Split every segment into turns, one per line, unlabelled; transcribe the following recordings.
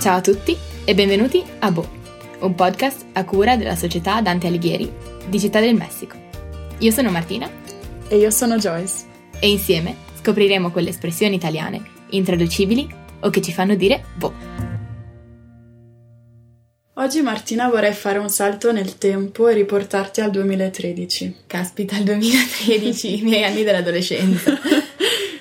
Ciao a tutti e benvenuti a Bo, un podcast a cura della società Dante Alighieri di Città del Messico. Io sono Martina
E io sono Joyce.
e insieme scopriremo quelle espressioni italiane intraducibili o che ci fanno dire Bo.
Oggi Martina vorrei fare un salto nel tempo e riportarti al 2013.
Caspita, il 2013, i miei anni dell'adolescenza.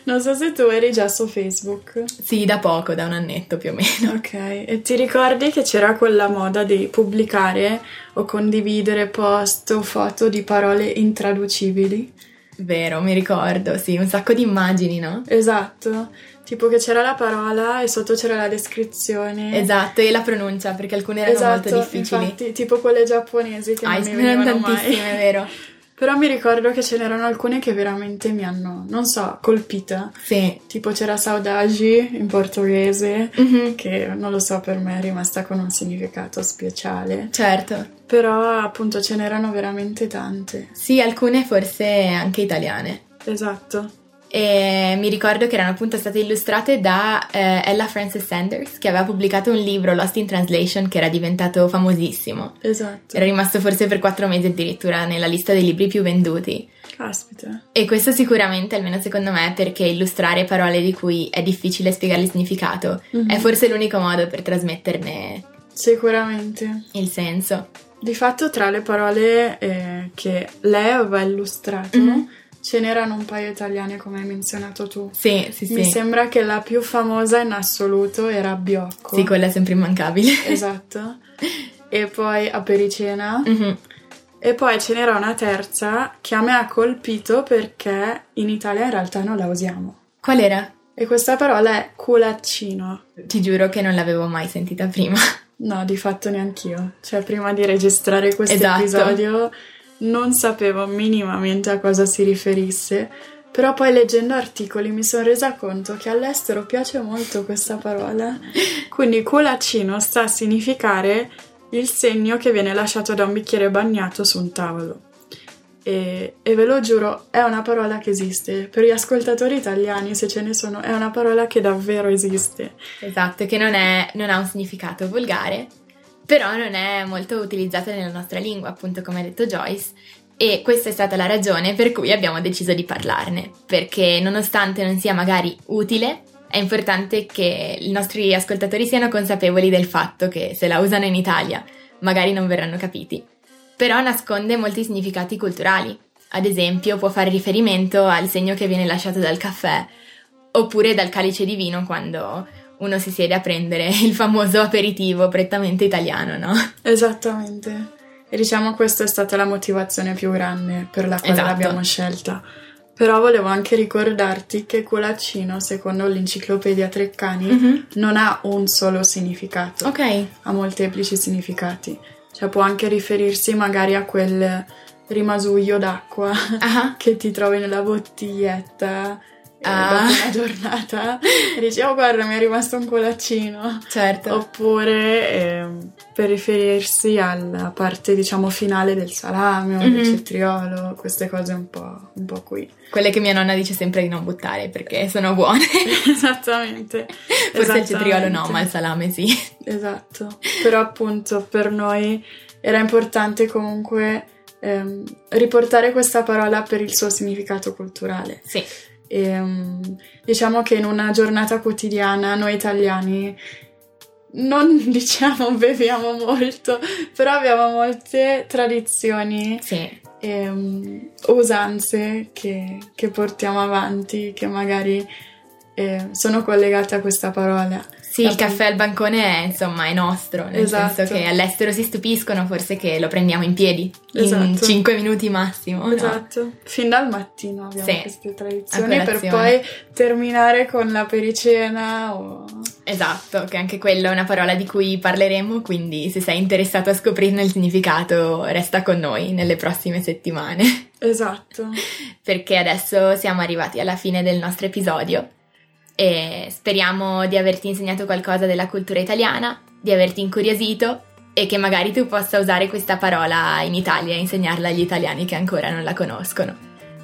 Non so se tu eri già su Facebook.
Sì, da poco, da un annetto più o meno.
Ok, e ti ricordi che c'era quella moda di pubblicare o condividere post o foto di parole intraducibili?
Vero, mi ricordo, sì, un sacco di immagini, no?
Esatto, tipo che c'era la parola e sotto c'era la descrizione.
Esatto, e la pronuncia, perché alcune erano molto
Esatto,
difficili.
infatti, tipo quelle giapponesi che
Ah,
non mi
erano
venivano
tantissime,
mai.
vero?
Però mi ricordo che ce n'erano alcune che veramente mi hanno, non so, colpita.
Sì.
Tipo c'era saudade in portoghese,
Mhm,
che non lo so, per me è rimasta con un significato speciale.
Certo.
Però appunto ce n'erano veramente tante.
Sì, alcune forse anche italiane.
Esatto.
E mi ricordo che erano appunto state illustrate da eh, Ella Frances Sanders, che aveva pubblicato un libro, Lost in Translation, che era diventato famosissimo.
Esatto.
Era rimasto forse per quattro mesi addirittura nella lista dei libri più venduti.
Caspita.
E questo sicuramente, almeno secondo me, perché illustrare parole di cui è difficile spiegare il significato
Mhm.
è forse l'unico modo per trasmetterne
Sicuramente.
il senso.
Di fatto tra le parole eh, che lei aveva illustrato,
Mhm.
ce n'erano un paio italiane come hai menzionato tu.
Sì, sì, sì.
Mi sembra che la più famosa in assoluto era Biocco.
Sì, quella è sempre immancabile.
Esatto. E poi Apericena.
Mhm.
E poi ce n'era una terza che a me ha colpito perché in Italia in realtà non la usiamo.
Qual era?
E questa parola è culaccino.
Ti giuro che non l'avevo mai sentita prima.
No, di fatto neanch'io. Cioè, prima di registrare questo
Esatto.
episodio non sapevo minimamente a cosa si riferisse, però poi leggendo articoli mi sono resa conto che all'estero piace molto questa parola. Quindi culaccino sta a significare il segno che viene lasciato da un bicchiere bagnato su un tavolo. E, e ve lo giuro, è una parola che esiste. Per gli ascoltatori italiani, se ce ne sono, è una parola che davvero esiste.
Esatto, che non, è- non ha un significato volgare, però non è molto utilizzata nella nostra lingua, appunto come ha detto Joyce, e questa è stata la ragione per cui abbiamo deciso di parlarne, perché nonostante non sia magari utile, è importante che i nostri ascoltatori siano consapevoli del fatto che se la usano in Italia magari non verranno capiti, però nasconde molti significati culturali. Ad esempio, può fare riferimento al segno che viene lasciato dal caffè oppure dal calice di vino quando uno si siede a prendere il famoso aperitivo prettamente italiano, no?
Esattamente. E diciamo questa è stata la motivazione più grande per la quale
Esatto.
l'abbiamo scelta. Però volevo anche ricordarti che colaccino, secondo l'enciclopedia Treccani,
Mm.
non ha un solo significato,
Ok,
ha molteplici significati. Cioè può anche riferirsi magari a quel rimasuglio d'acqua
ah,
che ti trovi nella bottiglietta eh,
Ah.
dopo una giornata e dici oh guarda mi è rimasto un colaccino.
certo.
Oppure ehm, per riferirsi alla parte, diciamo, finale del salame o
Mhm.
del cetriolo, queste cose un po', un po' qui.
Quelle che mia nonna dice sempre di non buttare perché sono buone.
Esattamente.
Forse il cetriolo no,
Esattamente.
ma il salame sì.
Esatto. Però appunto per noi era importante comunque ehm, riportare questa parola per il suo significato culturale.
Sì,
E, mm, diciamo che in una giornata quotidiana noi italiani non diciamo beviamo molto, però abbiamo molte tradizioni
sì.
e mm, usanze che, che portiamo avanti, che magari eh, sono collegate a questa parola.
Sì, il caffè al bancone è, insomma, è nostro, nel
Esatto.
senso che all'estero si stupiscono forse che lo prendiamo in piedi, in
Esatto.
5 minuti massimo, no?
Esatto, fin dal mattino abbiamo
Sì,
queste tradizioni
a
per
colazione.
poi terminare con la pericena o
Esatto, che anche quella è una parola di cui parleremo, quindi se sei interessato a scoprirne il significato, resta con noi nelle prossime settimane,
Esatto.
perché adesso siamo arrivati alla fine del nostro episodio e speriamo di averti insegnato qualcosa della cultura italiana, di averti incuriosito e che magari tu possa usare questa parola in Italia e insegnarla agli italiani che ancora non la conoscono.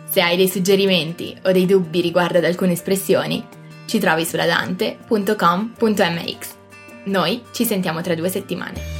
Se hai dei suggerimenti o dei dubbi riguardo ad alcune espressioni, ci trovi sulla dante.com.mx. Noi ci sentiamo tra due settimane.